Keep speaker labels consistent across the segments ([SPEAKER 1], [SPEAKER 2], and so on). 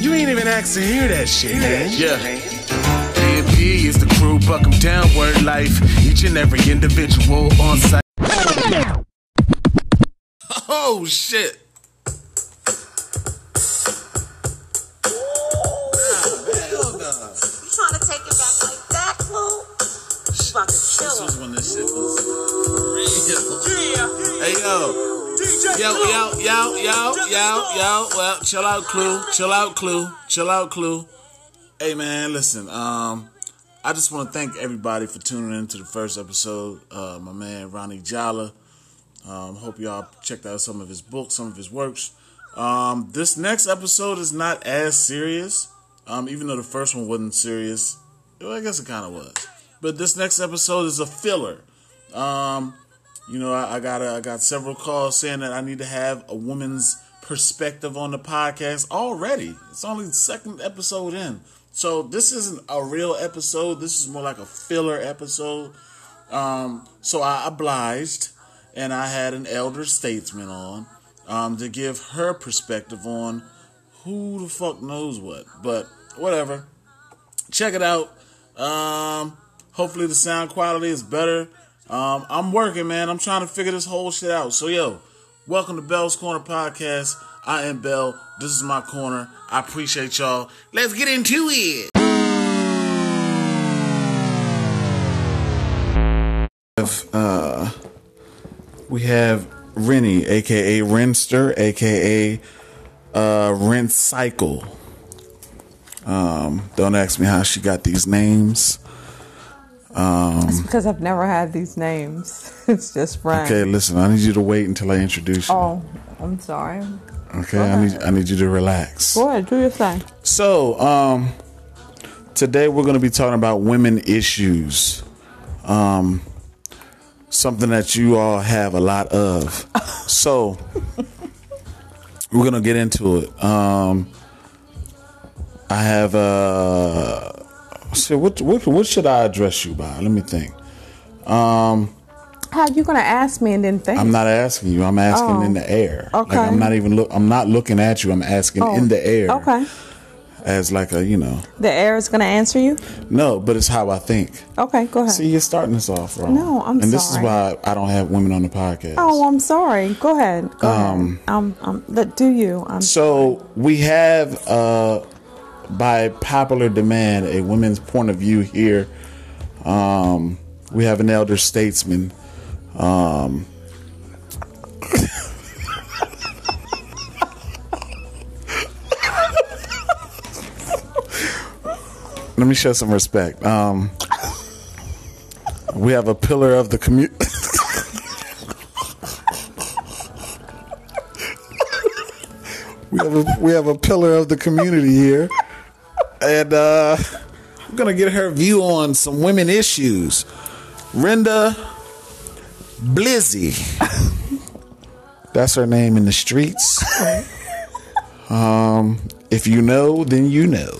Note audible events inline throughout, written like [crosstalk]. [SPEAKER 1] You ain't even asked to hear that shit, man.
[SPEAKER 2] Yeah. AMG is the crew, buck 'em downward life. Each and every individual on site. Oh shit.
[SPEAKER 3] You trying to take it back like that, fool? You about to kill
[SPEAKER 2] This
[SPEAKER 3] him.
[SPEAKER 2] was when this shit was real. Hey yo. Yo, yo, yo, yo, yo, yo. Well, chill out, Clue. Chill out, Clue. Chill out, Clue. Hey man, listen. Um, I just want to thank everybody for tuning in to the first episode. Uh, my man Ronnie Jala. Um, hope y'all checked out some of his books, some of his works. Um, this next episode is not as serious. Um, even though the first one wasn't serious, well, I guess it kind of was. But this next episode is a filler. Um, you know, I, I got a, I got several calls saying that I need to have a woman's perspective on the podcast already. It's only the second episode in, so this isn't a real episode. This is more like a filler episode. Um, so I obliged, and I had an elder statesman on um, to give her perspective on who the fuck knows what. But whatever, check it out. Um, hopefully the sound quality is better. Um, I'm working, man. I'm trying to figure this whole shit out. So yo, welcome to Bell's Corner podcast. I am Bell. This is my corner. I appreciate y'all. Let's get into it. Uh, we have Rennie, aka Renster, aka uh, Rent Cycle. Um, don't ask me how she got these names.
[SPEAKER 4] Because I've never had these names. [laughs] It's just Ryan.
[SPEAKER 2] Okay, listen, I need you to wait until I introduce you.
[SPEAKER 4] Oh, I'm sorry.
[SPEAKER 2] okay, I need I need you to relax.
[SPEAKER 4] Go ahead, do your thing.
[SPEAKER 2] So, um, today we're going to be talking about women issues. Um, something that you all have a lot
[SPEAKER 4] [laughs]
[SPEAKER 2] of. So, we're going to get into it. Um, I have, uh, so what, what, what should I address you by? Let me think.
[SPEAKER 4] How you gonna ask me and then think?
[SPEAKER 2] I'm not asking you. I'm asking
[SPEAKER 4] Oh.
[SPEAKER 2] in the air.
[SPEAKER 4] Okay.
[SPEAKER 2] Like I'm not even look. I'm not looking at you. I'm asking
[SPEAKER 4] Oh,
[SPEAKER 2] in the air.
[SPEAKER 4] Okay.
[SPEAKER 2] As like a you know.
[SPEAKER 4] The air is gonna answer you.
[SPEAKER 2] No, but it's how I think.
[SPEAKER 4] Okay, go ahead.
[SPEAKER 2] See, you're starting this off wrong.
[SPEAKER 4] No, I'm
[SPEAKER 2] And this is
[SPEAKER 4] sorry.
[SPEAKER 2] why I don't have women on the podcast.
[SPEAKER 4] Oh, I'm sorry. Go ahead. Go ahead. Um, um, let- do you? Um,
[SPEAKER 2] So we have, uh, by popular demand, a women's point of view here. Um, we have an elder statesman. Um, [laughs] let me show some respect. Um, we have a pillar of the community. we have a, we have a pillar of the community here, and uh, I'm gonna get her view on some women issues. Renda Blizzy, that's her name in the streets. Um, if you know, then you know.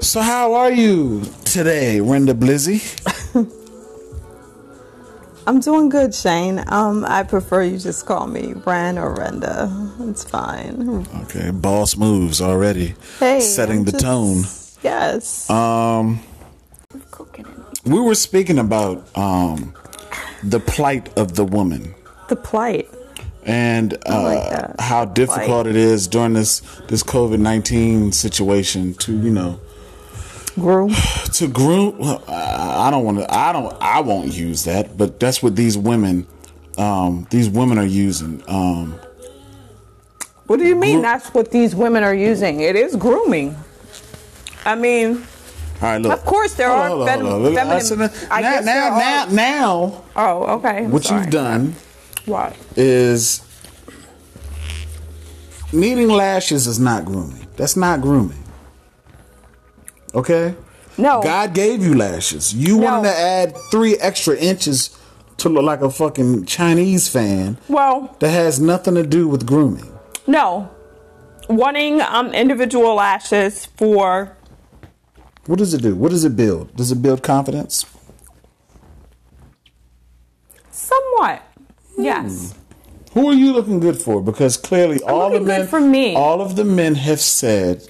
[SPEAKER 2] So how are you today, Renda Blizzy?
[SPEAKER 4] I'm doing good, Shane. Um, I prefer you just call me Ren or Renda. It's fine.
[SPEAKER 2] Okay, boss moves already,
[SPEAKER 4] Hey,
[SPEAKER 2] setting
[SPEAKER 4] I'm
[SPEAKER 2] the
[SPEAKER 4] just-
[SPEAKER 2] tone. Uh,
[SPEAKER 4] Yes.
[SPEAKER 2] We were speaking about um, the plight of the woman
[SPEAKER 4] the plight.
[SPEAKER 2] and uh,
[SPEAKER 4] like that.
[SPEAKER 2] how difficult it is during this this COVID nineteen situation to you know
[SPEAKER 4] Grew.
[SPEAKER 2] to groom. well, I I don't want to. I don't. I won't use that. But that's what these women. Um, these women are using. Um,
[SPEAKER 4] What do you mean? That's what these women are using. It is grooming. I mean,
[SPEAKER 2] all right, look.
[SPEAKER 4] Of course there
[SPEAKER 2] Hold
[SPEAKER 4] are
[SPEAKER 2] on, hold
[SPEAKER 4] fem-
[SPEAKER 2] on, hold on.
[SPEAKER 4] feminine-
[SPEAKER 2] I said that-
[SPEAKER 4] I
[SPEAKER 2] now,
[SPEAKER 4] guess there
[SPEAKER 2] now,
[SPEAKER 4] are-
[SPEAKER 2] now, now,
[SPEAKER 4] oh, okay. I'm
[SPEAKER 2] what
[SPEAKER 4] sorry.
[SPEAKER 2] you've done
[SPEAKER 4] Why?
[SPEAKER 2] is needing lashes is not grooming. That's not grooming. Okay?
[SPEAKER 4] No.
[SPEAKER 2] God gave you lashes. You
[SPEAKER 4] No.
[SPEAKER 2] wanted to add three extra inches to look like a fucking Chinese fan
[SPEAKER 4] Well,
[SPEAKER 2] that has nothing to do with grooming.
[SPEAKER 4] no. Wanting um, individual lashes for
[SPEAKER 2] What does it do? What does it build? Does it build confidence? Hmm.
[SPEAKER 4] somewhat. Yes.
[SPEAKER 2] Who are you looking good for? Because clearly, all the
[SPEAKER 4] looking good
[SPEAKER 2] men,
[SPEAKER 4] for me.
[SPEAKER 2] all of the men have said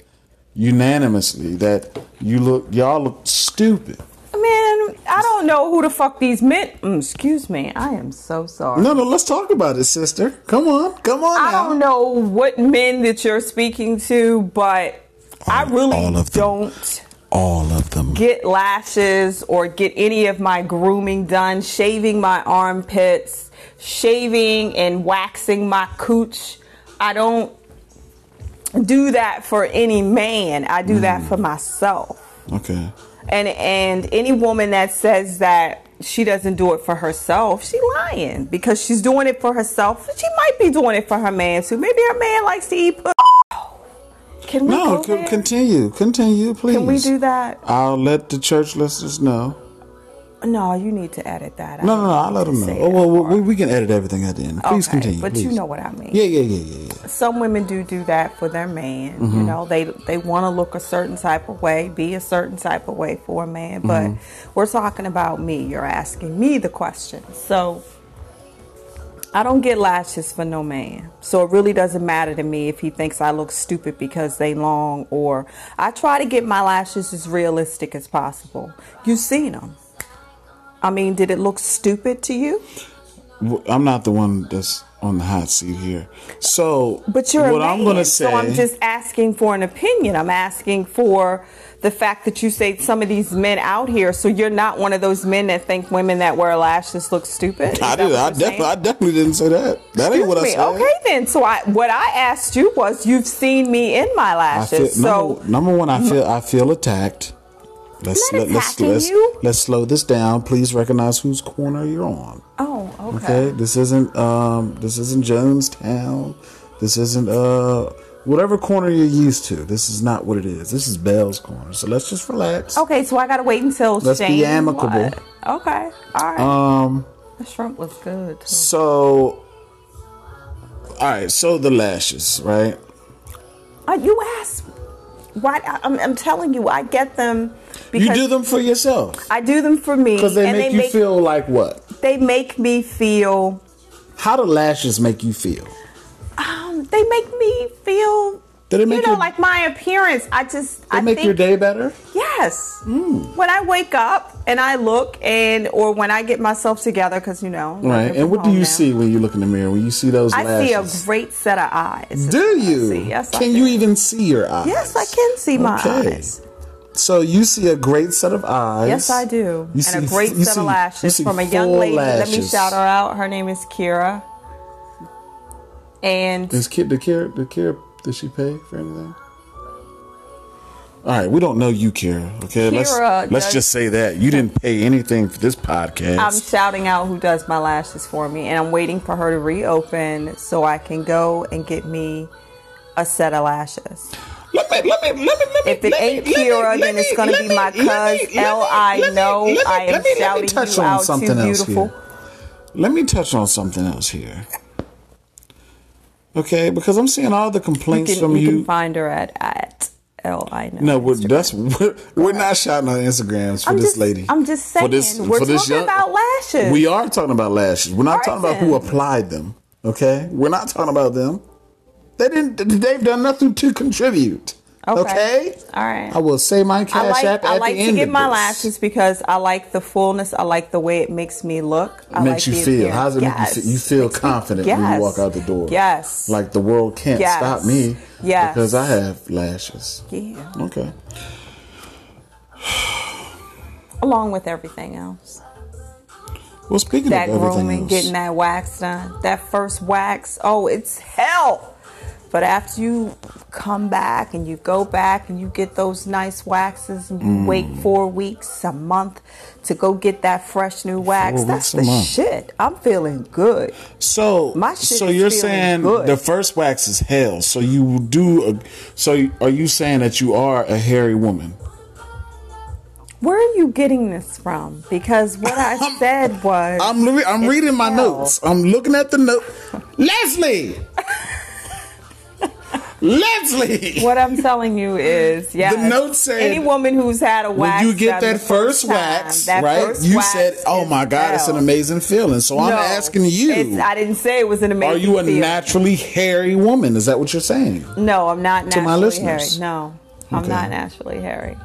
[SPEAKER 2] unanimously that you look, y'all look stupid.
[SPEAKER 4] Man, I don't know who the fuck these men. Mm, excuse me, I am so sorry.
[SPEAKER 2] No, no, let's talk about it, sister. Come on, come on.
[SPEAKER 4] I
[SPEAKER 2] now.
[SPEAKER 4] don't know what men that you're speaking to, but I
[SPEAKER 2] All-
[SPEAKER 4] really
[SPEAKER 2] all of them.
[SPEAKER 4] don't
[SPEAKER 2] All of them.
[SPEAKER 4] get lashes or get any of my grooming done, shaving my armpits, shaving and waxing my cooch. I don't do that for any man. I do that
[SPEAKER 2] Hmm.
[SPEAKER 4] for myself.
[SPEAKER 2] Okay.
[SPEAKER 4] And and any woman that says that she doesn't do it for herself, she lying because she's doing it for herself. She might be doing it for her man too. Maybe her man likes to eat. Put- can we
[SPEAKER 2] No,
[SPEAKER 4] go
[SPEAKER 2] c-
[SPEAKER 4] there?
[SPEAKER 2] continue, continue, please.
[SPEAKER 4] Can we do that?
[SPEAKER 2] I'll let the church listeners know.
[SPEAKER 4] No, you need to edit that.
[SPEAKER 2] No, no, no. I'll let them know. Oh, well, we, we can edit everything at the end. Please
[SPEAKER 4] okay,
[SPEAKER 2] continue.
[SPEAKER 4] But you
[SPEAKER 2] please.
[SPEAKER 4] know what I mean.
[SPEAKER 2] Yeah, yeah, yeah, yeah, yeah.
[SPEAKER 4] Some women do do that for their man. You know, they they want to look a certain type of way, be a certain type of way for a man. But we're talking about me. You're asking me the question, so. I don't get lashes for no man. So it really doesn't matter to me if he thinks I look stupid because they long or I try to get my lashes as realistic as possible. you seen them. I mean, did it look stupid to you?
[SPEAKER 2] W- I'm not the one that's on the hot seat here. So,
[SPEAKER 4] But you're
[SPEAKER 2] what
[SPEAKER 4] a man,
[SPEAKER 2] I'm gonna say.
[SPEAKER 4] so I'm just asking for an opinion. I'm asking for the fact that you say some of these men out here. So you're not one of those men that think women that wear lashes look stupid. Is
[SPEAKER 2] I
[SPEAKER 4] that
[SPEAKER 2] did.
[SPEAKER 4] what
[SPEAKER 2] I
[SPEAKER 4] you're saying?
[SPEAKER 2] definitely, I definitely didn't say that. That ain't what I
[SPEAKER 4] Excuse
[SPEAKER 2] said.
[SPEAKER 4] me. Okay, then. So I, what I asked you was, you've seen me in my
[SPEAKER 2] I feel,
[SPEAKER 4] lashes. so
[SPEAKER 2] number, number one, I feel I feel attacked. Let's
[SPEAKER 4] not
[SPEAKER 2] let's
[SPEAKER 4] attacking
[SPEAKER 2] let's,
[SPEAKER 4] you.
[SPEAKER 2] let's slow this down. Please recognize whose corner you're on.
[SPEAKER 4] oh, okay.
[SPEAKER 2] Okay, this isn't um this isn't Jonestown. This isn't uh whatever corner you're used to. This is not what it is. This is Bell's corner. So let's just relax.
[SPEAKER 4] Okay, so I gotta wait until
[SPEAKER 2] Let's be
[SPEAKER 4] Shane-
[SPEAKER 2] amicable.
[SPEAKER 4] Okay, all right.
[SPEAKER 2] Um
[SPEAKER 4] the shrimp was good. too.
[SPEAKER 2] so all right, so the lashes, right?
[SPEAKER 4] Uh, you asked why? I, I'm, I'm telling you, I get them because
[SPEAKER 2] you do them for yourself
[SPEAKER 4] I do them for me,
[SPEAKER 2] cuz they
[SPEAKER 4] and
[SPEAKER 2] make
[SPEAKER 4] they
[SPEAKER 2] you
[SPEAKER 4] make
[SPEAKER 2] feel like what?
[SPEAKER 4] they make me feel
[SPEAKER 2] How do lashes make you feel?
[SPEAKER 4] um, they make me feel
[SPEAKER 2] Do they
[SPEAKER 4] you
[SPEAKER 2] make
[SPEAKER 4] know
[SPEAKER 2] your-
[SPEAKER 4] like my appearance. I just
[SPEAKER 2] They
[SPEAKER 4] I
[SPEAKER 2] make
[SPEAKER 4] think
[SPEAKER 2] your day Mm. better?
[SPEAKER 4] Yes. When I wake up and I look and or when I get myself together, because you know. I'm
[SPEAKER 2] Right. And
[SPEAKER 4] working from
[SPEAKER 2] what do
[SPEAKER 4] home
[SPEAKER 2] you
[SPEAKER 4] now.
[SPEAKER 2] see when you look in the mirror? When you see those
[SPEAKER 4] I
[SPEAKER 2] lashes?
[SPEAKER 4] see a great set of eyes. is what I
[SPEAKER 2] do you?
[SPEAKER 4] see. Yes. I
[SPEAKER 2] can
[SPEAKER 4] do.
[SPEAKER 2] you even see your eyes?
[SPEAKER 4] Yes, I can see my
[SPEAKER 2] Okay.
[SPEAKER 4] eyes.
[SPEAKER 2] So you see a great set of eyes.
[SPEAKER 4] Yes, I do.
[SPEAKER 2] You
[SPEAKER 4] and
[SPEAKER 2] see-
[SPEAKER 4] a great
[SPEAKER 2] you
[SPEAKER 4] set
[SPEAKER 2] see-
[SPEAKER 4] of
[SPEAKER 2] you
[SPEAKER 4] lashes
[SPEAKER 2] see
[SPEAKER 4] from a young
[SPEAKER 2] full
[SPEAKER 4] lady. Let me
[SPEAKER 2] lashes.
[SPEAKER 4] shout her out. Her name is Kira. And
[SPEAKER 2] Is Kira, did Kira, did Kira, did she pay for anything? All right, we don't know you, Kira. Okay, let's
[SPEAKER 4] Kira
[SPEAKER 2] let's
[SPEAKER 4] does-
[SPEAKER 2] just say that you didn't pay anything for this
[SPEAKER 4] I'm
[SPEAKER 2] podcast.
[SPEAKER 4] shouting out who does my lashes for me, and I'm waiting for her to reopen so I can go and get me a set of lashes.
[SPEAKER 2] let me, let me, let me, let me.
[SPEAKER 4] If it
[SPEAKER 2] let me-
[SPEAKER 4] ain't
[SPEAKER 2] let me-
[SPEAKER 4] Kira,
[SPEAKER 2] let
[SPEAKER 4] then
[SPEAKER 2] me-
[SPEAKER 4] it's gonna
[SPEAKER 2] let
[SPEAKER 4] be
[SPEAKER 2] me-
[SPEAKER 4] my
[SPEAKER 2] let me-
[SPEAKER 4] cuz,
[SPEAKER 2] let me-
[SPEAKER 4] L. I
[SPEAKER 2] let me-
[SPEAKER 4] know
[SPEAKER 2] let me-
[SPEAKER 4] I am
[SPEAKER 2] let me- let me
[SPEAKER 4] shouting
[SPEAKER 2] touch
[SPEAKER 4] you
[SPEAKER 2] on
[SPEAKER 4] out, too
[SPEAKER 2] something else here.
[SPEAKER 4] beautiful.
[SPEAKER 2] Let me touch on something else here. Okay, because I'm seeing all the
[SPEAKER 4] You
[SPEAKER 2] complaints
[SPEAKER 4] can,
[SPEAKER 2] from
[SPEAKER 4] you
[SPEAKER 2] you.
[SPEAKER 4] can find her at at L. I know.
[SPEAKER 2] No, we're, that's [laughs] we're, we're not shouting on Instagrams for
[SPEAKER 4] I'm
[SPEAKER 2] this
[SPEAKER 4] just-
[SPEAKER 2] lady.
[SPEAKER 4] I'm just saying, we're talking about lashes.
[SPEAKER 2] We are talking about lashes. We're not
[SPEAKER 4] All
[SPEAKER 2] talking
[SPEAKER 4] right,
[SPEAKER 2] about who
[SPEAKER 4] then.
[SPEAKER 2] applied them. Okay, we're not talking about them. They didn't. They've done nothing to contribute. Okay.
[SPEAKER 4] Okay. All right.
[SPEAKER 2] I will say my cash
[SPEAKER 4] I like
[SPEAKER 2] app at
[SPEAKER 4] I like
[SPEAKER 2] the
[SPEAKER 4] to
[SPEAKER 2] end
[SPEAKER 4] get
[SPEAKER 2] of
[SPEAKER 4] my
[SPEAKER 2] this.
[SPEAKER 4] lashes because I like the fullness. I like the way it makes me look. I
[SPEAKER 2] makes
[SPEAKER 4] like
[SPEAKER 2] you
[SPEAKER 4] the
[SPEAKER 2] feel?
[SPEAKER 4] appearance.
[SPEAKER 2] How does it make
[SPEAKER 4] Yes.
[SPEAKER 2] you feel? You feel
[SPEAKER 4] Makes me-
[SPEAKER 2] confident when
[SPEAKER 4] yes.
[SPEAKER 2] you walk out the door.
[SPEAKER 4] Yes.
[SPEAKER 2] Like the world can't
[SPEAKER 4] Yes.
[SPEAKER 2] stop me.
[SPEAKER 4] Yes.
[SPEAKER 2] Because I have lashes.
[SPEAKER 4] yeah.
[SPEAKER 2] Okay.
[SPEAKER 4] Along with everything else.
[SPEAKER 2] Well, speaking
[SPEAKER 4] that
[SPEAKER 2] of everything
[SPEAKER 4] grooming,
[SPEAKER 2] else,
[SPEAKER 4] getting that wax done. That first wax, oh, it's hell. But after you come back and you go back and you get those nice waxes and you wait
[SPEAKER 2] Mm.
[SPEAKER 4] four weeks, a month to go get that fresh new wax,
[SPEAKER 2] Four weeks
[SPEAKER 4] that's
[SPEAKER 2] a
[SPEAKER 4] the
[SPEAKER 2] month.
[SPEAKER 4] shit. I'm feeling good.
[SPEAKER 2] So,
[SPEAKER 4] My shit
[SPEAKER 2] so
[SPEAKER 4] is
[SPEAKER 2] you're
[SPEAKER 4] feeling
[SPEAKER 2] saying
[SPEAKER 4] good.
[SPEAKER 2] the first wax is hell. So you do. A, so you- are you saying that you are a hairy woman?
[SPEAKER 4] Where are you getting this from? Because what I
[SPEAKER 2] [laughs]
[SPEAKER 4] said was
[SPEAKER 2] I'm re- I'm
[SPEAKER 4] it's
[SPEAKER 2] reading my
[SPEAKER 4] hell.
[SPEAKER 2] notes. I'm looking at the note. Leslie, Leslie.
[SPEAKER 4] What I'm telling you is, yeah.
[SPEAKER 2] The note said,
[SPEAKER 4] any woman who's had a
[SPEAKER 2] When
[SPEAKER 4] wax,
[SPEAKER 2] you get
[SPEAKER 4] done the
[SPEAKER 2] that first
[SPEAKER 4] time,
[SPEAKER 2] wax,
[SPEAKER 4] that
[SPEAKER 2] right?
[SPEAKER 4] first
[SPEAKER 2] You
[SPEAKER 4] wax
[SPEAKER 2] said, "Oh
[SPEAKER 4] is
[SPEAKER 2] my God, it's an
[SPEAKER 4] hell."
[SPEAKER 2] amazing feeling." So I'm
[SPEAKER 4] No,
[SPEAKER 2] asking you:
[SPEAKER 4] it's- I didn't say it was an amazing.
[SPEAKER 2] Are you a
[SPEAKER 4] feeling.
[SPEAKER 2] naturally hairy woman? Is that what you're saying?
[SPEAKER 4] No, I'm not
[SPEAKER 2] To my
[SPEAKER 4] naturally hairy.
[SPEAKER 2] listeners.
[SPEAKER 4] No, I'm
[SPEAKER 2] Okay.
[SPEAKER 4] not naturally hairy.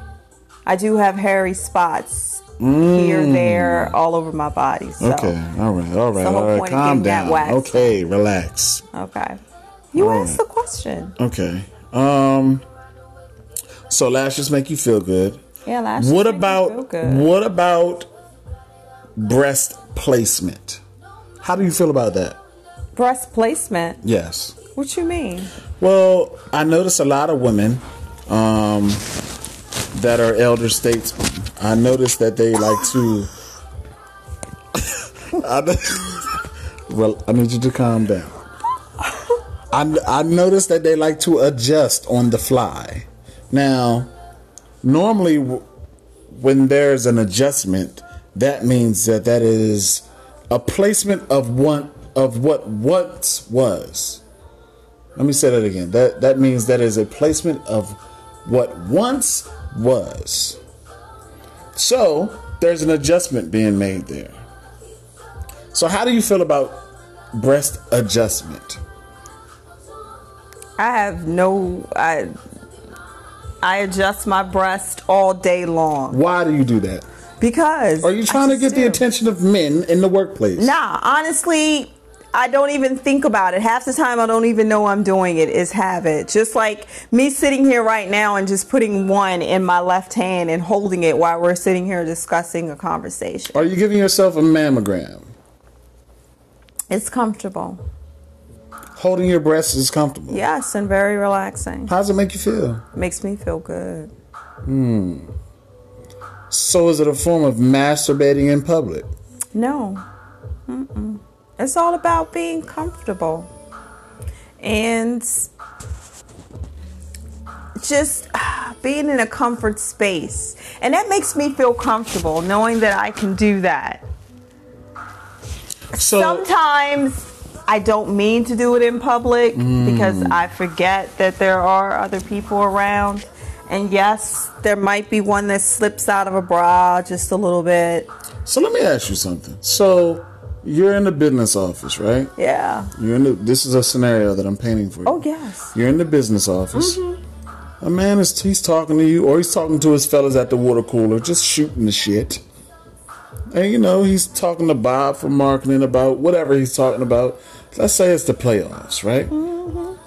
[SPEAKER 4] I do have hairy spots here, there, all over my body. So.
[SPEAKER 2] Mm. Okay, all right, all right,
[SPEAKER 4] the whole
[SPEAKER 2] all right.
[SPEAKER 4] point of
[SPEAKER 2] Calm
[SPEAKER 4] getting that
[SPEAKER 2] down.
[SPEAKER 4] wax.
[SPEAKER 2] Okay, relax.
[SPEAKER 4] Okay. You
[SPEAKER 2] All
[SPEAKER 4] asked
[SPEAKER 2] right.
[SPEAKER 4] the question.
[SPEAKER 2] Okay. Um. So lashes make you feel good.
[SPEAKER 4] Yeah, last
[SPEAKER 2] What about what about breast placement? How do you feel about that?
[SPEAKER 4] breast placement?
[SPEAKER 2] Yes.
[SPEAKER 4] What you mean?
[SPEAKER 2] Well, I notice a lot of women um, that are elder statesmen. I notice that they like to. [laughs] I, no- [laughs] well, I need you to calm down. I, I notice that they like to adjust on the fly. Now, normally, w- when there's an adjustment, that means that that is a placement of one of what once was. Let me say that again. That that means that is a placement of what once was. So there's an adjustment being made there. So how do you feel about breast adjustment?
[SPEAKER 4] I have no. I I adjust my breast all day long
[SPEAKER 2] Why do you do that?
[SPEAKER 4] because.
[SPEAKER 2] Are you
[SPEAKER 4] I
[SPEAKER 2] trying to get
[SPEAKER 4] just
[SPEAKER 2] the
[SPEAKER 4] do.
[SPEAKER 2] attention of men in the workplace?
[SPEAKER 4] Nah, honestly, I don't even think about it. Half the time, I don't even know I'm doing it. Is habit. Just like me sitting here right now and just putting one in my left hand and holding it while we're sitting here discussing a conversation.
[SPEAKER 2] Are you giving yourself a mammogram?
[SPEAKER 4] It's comfortable.
[SPEAKER 2] Holding your breasts is comfortable.
[SPEAKER 4] Yes, and very relaxing.
[SPEAKER 2] How does it make you feel?
[SPEAKER 4] Makes me feel good.
[SPEAKER 2] So is it a form of masturbating in public?
[SPEAKER 4] No. Mm-mm. It's all about being comfortable. And just ah, being in a comfort space. And that makes me feel comfortable knowing that I can do that.
[SPEAKER 2] So
[SPEAKER 4] Sometimes I don't mean to do it in public because I forget that there are other people around. And yes, there might be one that slips out of a bra just a little bit.
[SPEAKER 2] So let me ask you something. So you're in the business office, right?
[SPEAKER 4] Yeah.
[SPEAKER 2] You're in the, this is a scenario that I'm painting for you.
[SPEAKER 4] Oh, yes.
[SPEAKER 2] You're in the business office.
[SPEAKER 4] Mm-hmm.
[SPEAKER 2] A man is he's talking to you, or he's talking to his fellas at the water cooler, just shooting the shit. And you know he's talking to Bob from marketing about whatever he's talking about. Let's say it's the playoffs, right?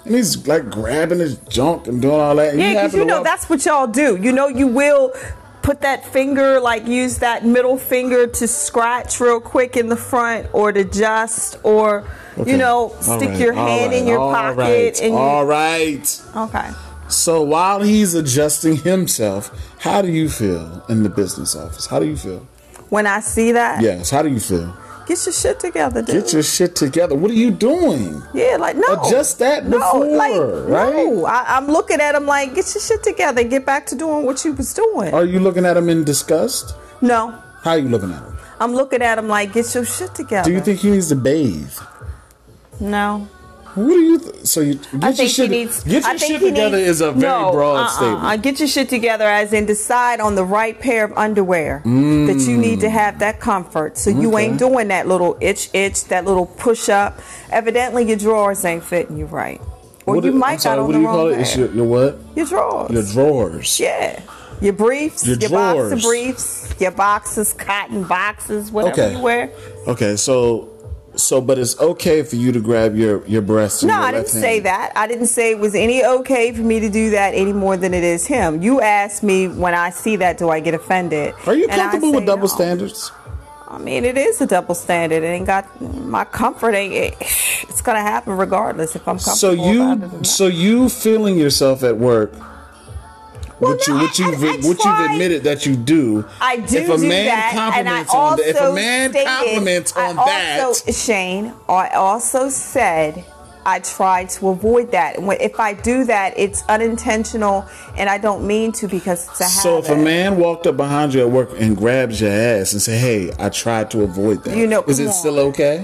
[SPEAKER 2] And he's like grabbing his junk and doing all that. and
[SPEAKER 4] Mm-hmm. Yeah, because
[SPEAKER 2] happen
[SPEAKER 4] you
[SPEAKER 2] to
[SPEAKER 4] know
[SPEAKER 2] walk-
[SPEAKER 4] that's what y'all do. You know you will put that finger, like use that middle finger to scratch real quick in the front, or to just, or
[SPEAKER 2] Okay.
[SPEAKER 4] you know,
[SPEAKER 2] All
[SPEAKER 4] stick
[SPEAKER 2] right,
[SPEAKER 4] your
[SPEAKER 2] all
[SPEAKER 4] hand in
[SPEAKER 2] right,
[SPEAKER 4] your
[SPEAKER 2] all
[SPEAKER 4] pocket
[SPEAKER 2] right,
[SPEAKER 4] and you,
[SPEAKER 2] all right.
[SPEAKER 4] okay.
[SPEAKER 2] So while he's adjusting himself, how do you feel in the business office? How do you feel?
[SPEAKER 4] When I see that,
[SPEAKER 2] Yes, how do you feel?
[SPEAKER 4] get your shit together, dude.
[SPEAKER 2] Get your shit together. What are you doing?
[SPEAKER 4] yeah, like no,
[SPEAKER 2] Adjust that before, right?
[SPEAKER 4] No, I, I'm looking at him like, get your shit together, get back to doing what you was doing.
[SPEAKER 2] Are you looking at him in disgust?
[SPEAKER 4] no,
[SPEAKER 2] How are you looking at him?
[SPEAKER 4] I'm looking at him like, get your shit together.
[SPEAKER 2] Do you think he needs to bathe?
[SPEAKER 4] no?
[SPEAKER 2] What do you? Th- so you get
[SPEAKER 4] I
[SPEAKER 2] your
[SPEAKER 4] think
[SPEAKER 2] shit.
[SPEAKER 4] he needs.
[SPEAKER 2] get your
[SPEAKER 4] I think
[SPEAKER 2] shit
[SPEAKER 4] he
[SPEAKER 2] together
[SPEAKER 4] needs-
[SPEAKER 2] is a very
[SPEAKER 4] no,
[SPEAKER 2] broad
[SPEAKER 4] uh-uh.
[SPEAKER 2] statement.
[SPEAKER 4] I get your shit together, as in decide on the right pair of underwear that you need to have that comfort. So you
[SPEAKER 2] Okay.
[SPEAKER 4] ain't doing that little itch, itch, that little push up. Evidently, your drawers ain't fitting you right, or
[SPEAKER 2] What
[SPEAKER 4] you
[SPEAKER 2] do- I'm
[SPEAKER 4] might
[SPEAKER 2] sorry,
[SPEAKER 4] got on
[SPEAKER 2] what
[SPEAKER 4] the
[SPEAKER 2] do you
[SPEAKER 4] wrong
[SPEAKER 2] call
[SPEAKER 4] pair.
[SPEAKER 2] it? It's your, your what?
[SPEAKER 4] your drawers.
[SPEAKER 2] Your drawers.
[SPEAKER 4] yeah. Your briefs,
[SPEAKER 2] Your
[SPEAKER 4] your, boxer
[SPEAKER 2] drawers.
[SPEAKER 4] briefs, your boxes, cotton boxes, whatever
[SPEAKER 2] Okay.
[SPEAKER 4] you wear.
[SPEAKER 2] Okay, so. So, but it's okay for you to grab your your breasts. in
[SPEAKER 4] No,
[SPEAKER 2] your
[SPEAKER 4] I didn't
[SPEAKER 2] left
[SPEAKER 4] say
[SPEAKER 2] hand.
[SPEAKER 4] that. I didn't say it was any okay for me to do that any more than it is him. You asked me when I see that, do I get offended?
[SPEAKER 2] Are you
[SPEAKER 4] And I
[SPEAKER 2] comfortable with
[SPEAKER 4] say
[SPEAKER 2] double
[SPEAKER 4] no.
[SPEAKER 2] standards?
[SPEAKER 4] I mean, it is a double standard. It ain't got my comfort. Ain't it, it's gonna happen regardless if I'm comfortable.
[SPEAKER 2] So
[SPEAKER 4] about it or
[SPEAKER 2] you,
[SPEAKER 4] not.
[SPEAKER 2] so you feeling yourself at work.
[SPEAKER 4] Well,
[SPEAKER 2] what
[SPEAKER 4] no,
[SPEAKER 2] you, what
[SPEAKER 4] I-
[SPEAKER 2] you,
[SPEAKER 4] I- I
[SPEAKER 2] what you've
[SPEAKER 4] tried-
[SPEAKER 2] admitted that you do.
[SPEAKER 4] I do
[SPEAKER 2] If a
[SPEAKER 4] do
[SPEAKER 2] man
[SPEAKER 4] that,
[SPEAKER 2] compliments
[SPEAKER 4] and I
[SPEAKER 2] on
[SPEAKER 4] also
[SPEAKER 2] that- if a man
[SPEAKER 4] stated,
[SPEAKER 2] compliments on
[SPEAKER 4] I
[SPEAKER 2] that-
[SPEAKER 4] also, Shane, I also said I try to avoid that. And when- If I do that, it's unintentional, and I don't mean to because it's a
[SPEAKER 2] So
[SPEAKER 4] habit.
[SPEAKER 2] if a man walked up behind you at work and grabs your ass and say, "Hey, I tried to avoid that,"
[SPEAKER 4] You know,
[SPEAKER 2] is
[SPEAKER 4] come
[SPEAKER 2] it
[SPEAKER 4] on.
[SPEAKER 2] still okay?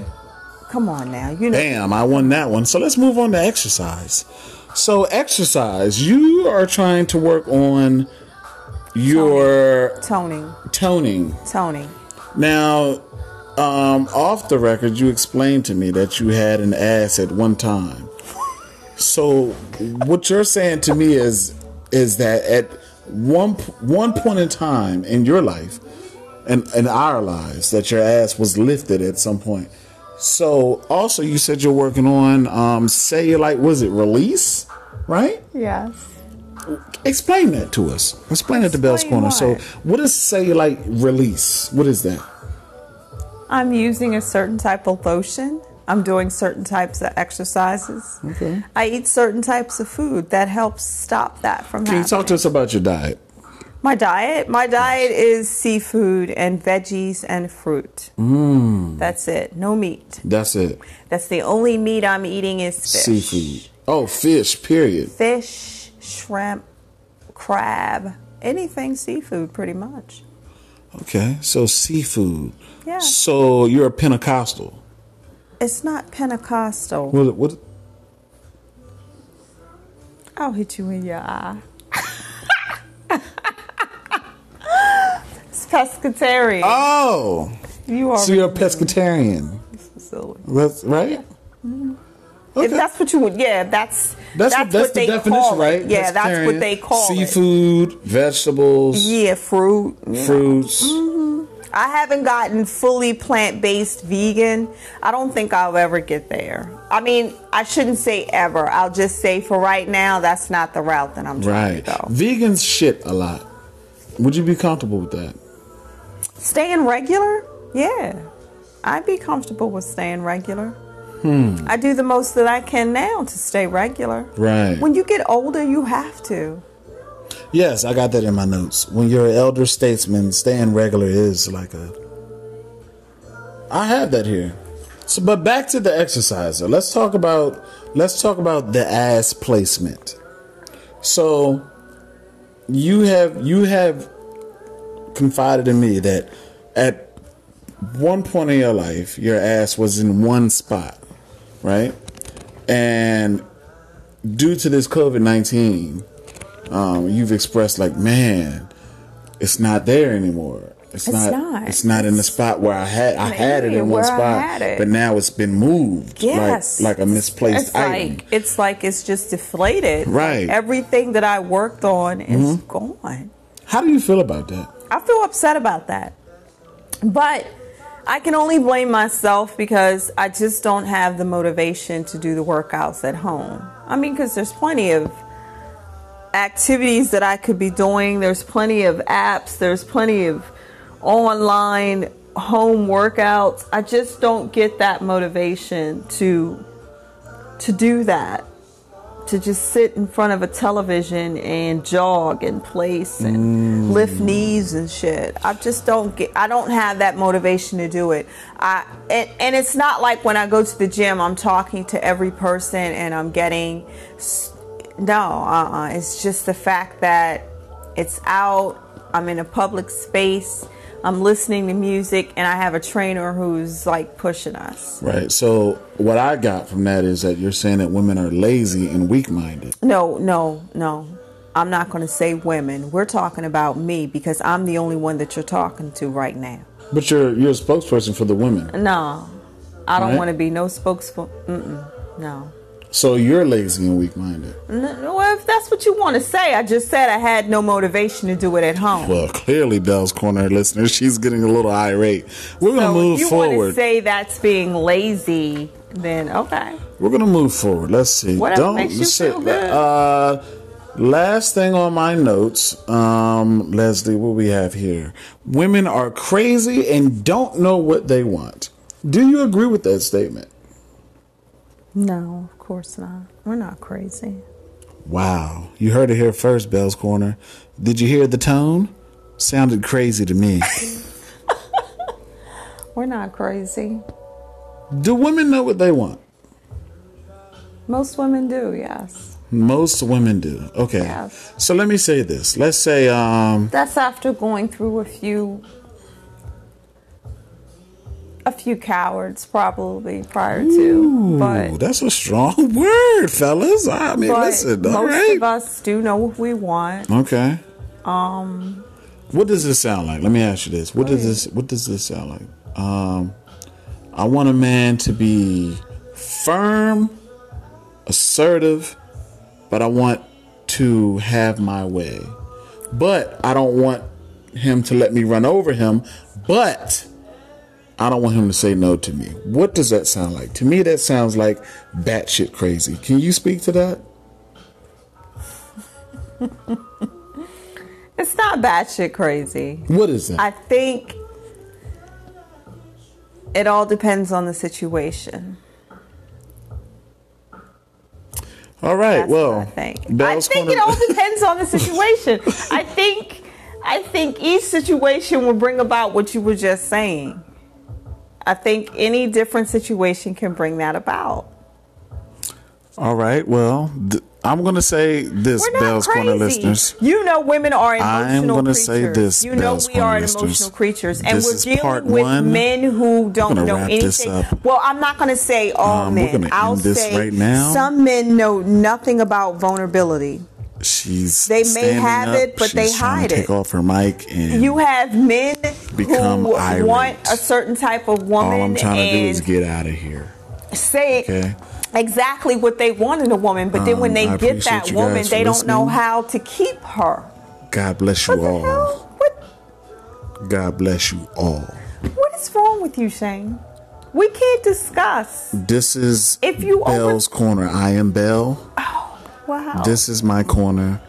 [SPEAKER 4] Come on now, you know.
[SPEAKER 2] Damn, I won that one. So let's move on to exercise. So exercise. You are trying to work on your
[SPEAKER 4] Toning,
[SPEAKER 2] toning.
[SPEAKER 4] toning.
[SPEAKER 2] Now, um, off the record, you explained to me that you had an ass at one time. So, what you're saying to me is is that at one p- one point in time in your life, and in, our lives, that your ass was lifted at some point. So, also, you said you're working on um, cellulite. Was it release? Right?
[SPEAKER 4] Yes.
[SPEAKER 2] Explain that to us. Explain it to Bell's
[SPEAKER 4] Explain
[SPEAKER 2] Corner. So,
[SPEAKER 4] what?
[SPEAKER 2] what is cellulite release? What is that?
[SPEAKER 4] I'm using a certain type of lotion. I'm doing certain types of exercises. Okay. I eat certain types of food that helps stop that from
[SPEAKER 2] Can you
[SPEAKER 4] happening.
[SPEAKER 2] talk to us about your diet?
[SPEAKER 4] My diet, my diet is seafood and veggies and fruit.
[SPEAKER 2] Mmm.
[SPEAKER 4] Mm. That's it. No meat.
[SPEAKER 2] That's it.
[SPEAKER 4] That's the only meat I'm eating is fish.
[SPEAKER 2] Seafood. Oh, fish. Period.
[SPEAKER 4] Fish, shrimp, crab, anything seafood, pretty much.
[SPEAKER 2] Okay. So seafood.
[SPEAKER 4] Yeah.
[SPEAKER 2] So you're a Pentecostal.
[SPEAKER 4] It's not Pentecostal.
[SPEAKER 2] What? What?
[SPEAKER 4] I'll hit you in your eye. it's pescatarian.
[SPEAKER 2] Oh,
[SPEAKER 4] you are
[SPEAKER 2] so you're a pescatarian.
[SPEAKER 4] silly.
[SPEAKER 2] That's right.
[SPEAKER 4] If that's what you would, yeah, that's
[SPEAKER 2] That's, what, that's the
[SPEAKER 4] they
[SPEAKER 2] definition,
[SPEAKER 4] call it.
[SPEAKER 2] right?
[SPEAKER 4] Yeah, that's
[SPEAKER 2] Pescatarian.
[SPEAKER 4] what they call it.
[SPEAKER 2] Seafood, vegetables,
[SPEAKER 4] Yeah, Mm-hmm. fruit. you know.
[SPEAKER 2] fruits.
[SPEAKER 4] I haven't gotten fully plant based vegan. I don't think I'll ever get there. I mean, I shouldn't say ever. I'll just say for right now, that's not the route that I'm trying
[SPEAKER 2] Right.
[SPEAKER 4] to go.
[SPEAKER 2] Vegans shit a lot. Would you be comfortable with that?
[SPEAKER 4] Staying regular? Yeah. I'd be comfortable with staying regular. Hmm. I do the most that I can now to stay regular.
[SPEAKER 2] Right.
[SPEAKER 4] When you get older, you have to.
[SPEAKER 2] Yes, I got that in my notes. When you're an elder statesman, staying regular is like a. I have that here. So, but back to the exerciser. Let's talk about let's talk about the ass placement. So, you have you have confided in me that at one point in your life, your ass was in one spot, right? And due to this COVID nineteen, um, you've expressed like, man, it's not there anymore. It's, not,
[SPEAKER 4] not.
[SPEAKER 2] It's not in the spot where I had. I had it
[SPEAKER 4] Yeah,
[SPEAKER 2] in one
[SPEAKER 4] where I
[SPEAKER 2] spot,
[SPEAKER 4] had it.
[SPEAKER 2] but now it's been moved.
[SPEAKER 4] Yes.
[SPEAKER 2] Like, like a misplaced
[SPEAKER 4] It's
[SPEAKER 2] item.
[SPEAKER 4] like it's like it's just deflated.
[SPEAKER 2] Right.
[SPEAKER 4] Everything that I worked on is gone.
[SPEAKER 2] How do you feel about that?
[SPEAKER 4] I feel upset about that. But I can only blame myself because I just don't have the motivation to do the workouts at home. I mean, because there's plenty of activities that I could be doing, there's plenty of apps, there's plenty of online home workouts. I just don't get that motivation to to do that to just sit in front of a television and jog and place and lift knees and shit. I just don't get. I don't have that motivation to do it. I and, and it's not like when I go to the gym, I'm talking to every person and I'm getting. s- No, uh-uh. It's just the fact that it's out. I'm in a public space. I'm listening to music, and I have a trainer who's like pushing us.
[SPEAKER 2] Right. So what I got from that is that you're saying that women are lazy and weak-minded.
[SPEAKER 4] No, no, no. I'm not going to say women. We're talking about me because I'm the only one that you're talking to right now.
[SPEAKER 2] But you're you're a spokesperson for the women.
[SPEAKER 4] No, I don't
[SPEAKER 2] Right.
[SPEAKER 4] want to be no spokesman. Mm-mm, no.
[SPEAKER 2] So you're lazy and weak-minded.
[SPEAKER 4] N- Well, if that's what you want to say, I just said I had no motivation to do it at home.
[SPEAKER 2] Well, clearly Bell's corner listeners, [laughs] she's getting a little irate. We're gonna
[SPEAKER 4] so if
[SPEAKER 2] move
[SPEAKER 4] you want to
[SPEAKER 2] forward.
[SPEAKER 4] say that's being lazy, then okay.
[SPEAKER 2] We're gonna move forward. Let's see.
[SPEAKER 4] Whatever
[SPEAKER 2] Don't
[SPEAKER 4] makes you
[SPEAKER 2] sit-
[SPEAKER 4] feel good.
[SPEAKER 2] Uh, last thing on my notes, um, Leslie, what we have here: women are crazy and don't know what they want. Do you agree with that statement?
[SPEAKER 4] No, of course not. We're not crazy.
[SPEAKER 2] Wow, you heard it here first, Bell's Corner. Did you hear the tone? Sounded crazy to
[SPEAKER 4] [laughs]
[SPEAKER 2] me.
[SPEAKER 4] We're not crazy.
[SPEAKER 2] Do women know what they want?
[SPEAKER 4] Most women do, yes.
[SPEAKER 2] Most women do. Okay.
[SPEAKER 4] Yes.
[SPEAKER 2] So let me say this. Let's say um
[SPEAKER 4] That's after going through a few a few cowards probably prior to, but
[SPEAKER 2] Ooh, that's a strong [laughs] word, fellas. I mean,
[SPEAKER 4] but
[SPEAKER 2] listen,
[SPEAKER 4] most
[SPEAKER 2] all right.
[SPEAKER 4] of us do know what we want.
[SPEAKER 2] okay. Um, what does this sound like? Let me ask you this. What does this? What does this sound like? Um, I want a man to be firm, assertive, but I want to have my way. But I don't want him to let me run over him. But I don't want him to say no to me. What does that sound like? To me, that sounds like batshit crazy. Can you speak to that?
[SPEAKER 4] It's not batshit crazy.
[SPEAKER 2] What is that?
[SPEAKER 4] I think it all depends on the situation.
[SPEAKER 2] All right.
[SPEAKER 4] That's
[SPEAKER 2] well,
[SPEAKER 4] what I think.
[SPEAKER 2] Bell's
[SPEAKER 4] I think
[SPEAKER 2] corner-
[SPEAKER 4] it all depends on the situation. I think I think each situation will bring about what you were just saying. I think any different situation can bring that about.
[SPEAKER 2] all right. Well, th- I'm going to say this,
[SPEAKER 4] We're not
[SPEAKER 2] Bell's
[SPEAKER 4] crazy.
[SPEAKER 2] Corner listeners.
[SPEAKER 4] You know, women are
[SPEAKER 2] I'm
[SPEAKER 4] emotional
[SPEAKER 2] gonna
[SPEAKER 4] creatures.
[SPEAKER 2] say this,
[SPEAKER 4] you know,
[SPEAKER 2] Bell's
[SPEAKER 4] we are
[SPEAKER 2] Corner listeners.
[SPEAKER 4] emotional creatures, and
[SPEAKER 2] This
[SPEAKER 4] we're
[SPEAKER 2] is
[SPEAKER 4] dealing
[SPEAKER 2] part
[SPEAKER 4] with
[SPEAKER 2] one.
[SPEAKER 4] men who don't
[SPEAKER 2] gonna
[SPEAKER 4] know
[SPEAKER 2] wrap this
[SPEAKER 4] anything.
[SPEAKER 2] up.
[SPEAKER 4] Well, I'm not going to say all
[SPEAKER 2] Um, we're
[SPEAKER 4] men.
[SPEAKER 2] gonna
[SPEAKER 4] I'll
[SPEAKER 2] end this
[SPEAKER 4] say
[SPEAKER 2] right now.
[SPEAKER 4] some men know nothing about vulnerability.
[SPEAKER 2] She's
[SPEAKER 4] They may
[SPEAKER 2] standing
[SPEAKER 4] have
[SPEAKER 2] up.
[SPEAKER 4] it, but they
[SPEAKER 2] She's trying
[SPEAKER 4] hide
[SPEAKER 2] to
[SPEAKER 4] it.
[SPEAKER 2] Take off her mic and
[SPEAKER 4] You have men
[SPEAKER 2] Become
[SPEAKER 4] who
[SPEAKER 2] irate.
[SPEAKER 4] want a certain type of woman
[SPEAKER 2] all I'm trying to do
[SPEAKER 4] and
[SPEAKER 2] is get out of here.
[SPEAKER 4] say
[SPEAKER 2] Okay.
[SPEAKER 4] exactly what they want in a woman, but then when
[SPEAKER 2] Um,
[SPEAKER 4] they
[SPEAKER 2] I
[SPEAKER 4] get that
[SPEAKER 2] appreciate you
[SPEAKER 4] woman,
[SPEAKER 2] guys
[SPEAKER 4] they
[SPEAKER 2] for
[SPEAKER 4] don't know
[SPEAKER 2] listening.
[SPEAKER 4] how to keep her.
[SPEAKER 2] God bless you
[SPEAKER 4] What the
[SPEAKER 2] all.
[SPEAKER 4] hell? What
[SPEAKER 2] God bless you all.
[SPEAKER 4] What is wrong with you, Shane? We can't discuss.
[SPEAKER 2] This is
[SPEAKER 4] If you open-
[SPEAKER 2] Bell's Corner. I am Bell.
[SPEAKER 4] Wow.
[SPEAKER 2] This is my corner.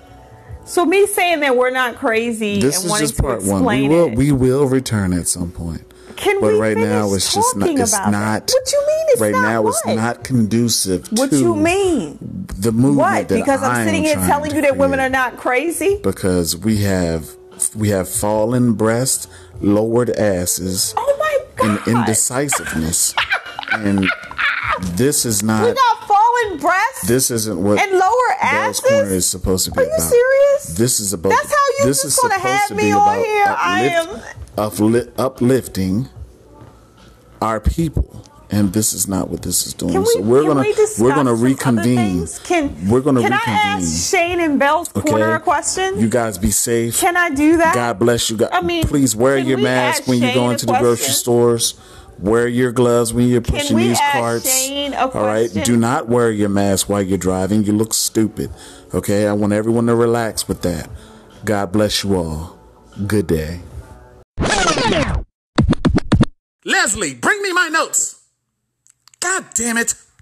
[SPEAKER 4] so me saying that we're not crazy
[SPEAKER 2] This
[SPEAKER 4] Oh. and
[SPEAKER 2] is
[SPEAKER 4] wanting
[SPEAKER 2] just
[SPEAKER 4] to
[SPEAKER 2] part one. We
[SPEAKER 4] explain
[SPEAKER 2] will
[SPEAKER 4] it.
[SPEAKER 2] we will return at some point.
[SPEAKER 4] Can
[SPEAKER 2] but
[SPEAKER 4] we
[SPEAKER 2] right now
[SPEAKER 4] finish
[SPEAKER 2] it's just not
[SPEAKER 4] talking
[SPEAKER 2] it's
[SPEAKER 4] about it?
[SPEAKER 2] not
[SPEAKER 4] What you mean it's
[SPEAKER 2] right
[SPEAKER 4] not
[SPEAKER 2] now it's
[SPEAKER 4] what?
[SPEAKER 2] not conducive
[SPEAKER 4] what
[SPEAKER 2] to
[SPEAKER 4] you mean?
[SPEAKER 2] the movement
[SPEAKER 4] What?
[SPEAKER 2] that
[SPEAKER 4] Because
[SPEAKER 2] I
[SPEAKER 4] I'm
[SPEAKER 2] am
[SPEAKER 4] sitting here
[SPEAKER 2] trying
[SPEAKER 4] telling
[SPEAKER 2] to
[SPEAKER 4] you that women
[SPEAKER 2] create.
[SPEAKER 4] are not crazy.
[SPEAKER 2] because we have we have fallen breasts, lowered asses,
[SPEAKER 4] Oh my
[SPEAKER 2] and
[SPEAKER 4] god!
[SPEAKER 2] indecisiveness. and this is
[SPEAKER 4] we
[SPEAKER 2] not
[SPEAKER 4] got fallen breasts
[SPEAKER 2] this isn't what
[SPEAKER 4] and lower
[SPEAKER 2] Bell's
[SPEAKER 4] asses.
[SPEAKER 2] Corner is supposed to be
[SPEAKER 4] Are you
[SPEAKER 2] about.
[SPEAKER 4] serious?
[SPEAKER 2] This is about.
[SPEAKER 4] That's how you
[SPEAKER 2] this
[SPEAKER 4] just
[SPEAKER 2] is
[SPEAKER 4] gonna
[SPEAKER 2] supposed
[SPEAKER 4] have
[SPEAKER 2] to
[SPEAKER 4] me
[SPEAKER 2] be
[SPEAKER 4] on
[SPEAKER 2] about
[SPEAKER 4] here? I
[SPEAKER 2] uplift- upli- uplifting our people, and this is not what this is doing.
[SPEAKER 4] Can we,
[SPEAKER 2] so we're
[SPEAKER 4] can
[SPEAKER 2] gonna
[SPEAKER 4] we discuss
[SPEAKER 2] we're gonna
[SPEAKER 4] some Other
[SPEAKER 2] reconvene.
[SPEAKER 4] things? Can
[SPEAKER 2] we're gonna
[SPEAKER 4] can
[SPEAKER 2] reconvene.
[SPEAKER 4] I ask Shane and Bell's
[SPEAKER 2] okay?
[SPEAKER 4] corner a question?
[SPEAKER 2] You guys be safe.
[SPEAKER 4] can I do that?
[SPEAKER 2] God bless you. God,
[SPEAKER 4] I mean,
[SPEAKER 2] please wear
[SPEAKER 4] can
[SPEAKER 2] your
[SPEAKER 4] we
[SPEAKER 2] mask
[SPEAKER 4] ask
[SPEAKER 2] when you
[SPEAKER 4] Shane
[SPEAKER 2] go
[SPEAKER 4] a
[SPEAKER 2] into the grocery
[SPEAKER 4] question?
[SPEAKER 2] stores. Wear your gloves when you're pushing
[SPEAKER 4] we
[SPEAKER 2] these
[SPEAKER 4] ask
[SPEAKER 2] carts.
[SPEAKER 4] Shane a
[SPEAKER 2] All right.
[SPEAKER 4] question?
[SPEAKER 2] Do not wear your mask while you're driving. You look stupid. Okay. I want everyone to relax with that. God bless you all. Good day.
[SPEAKER 1] Leslie, bring me my notes.
[SPEAKER 2] God damn it.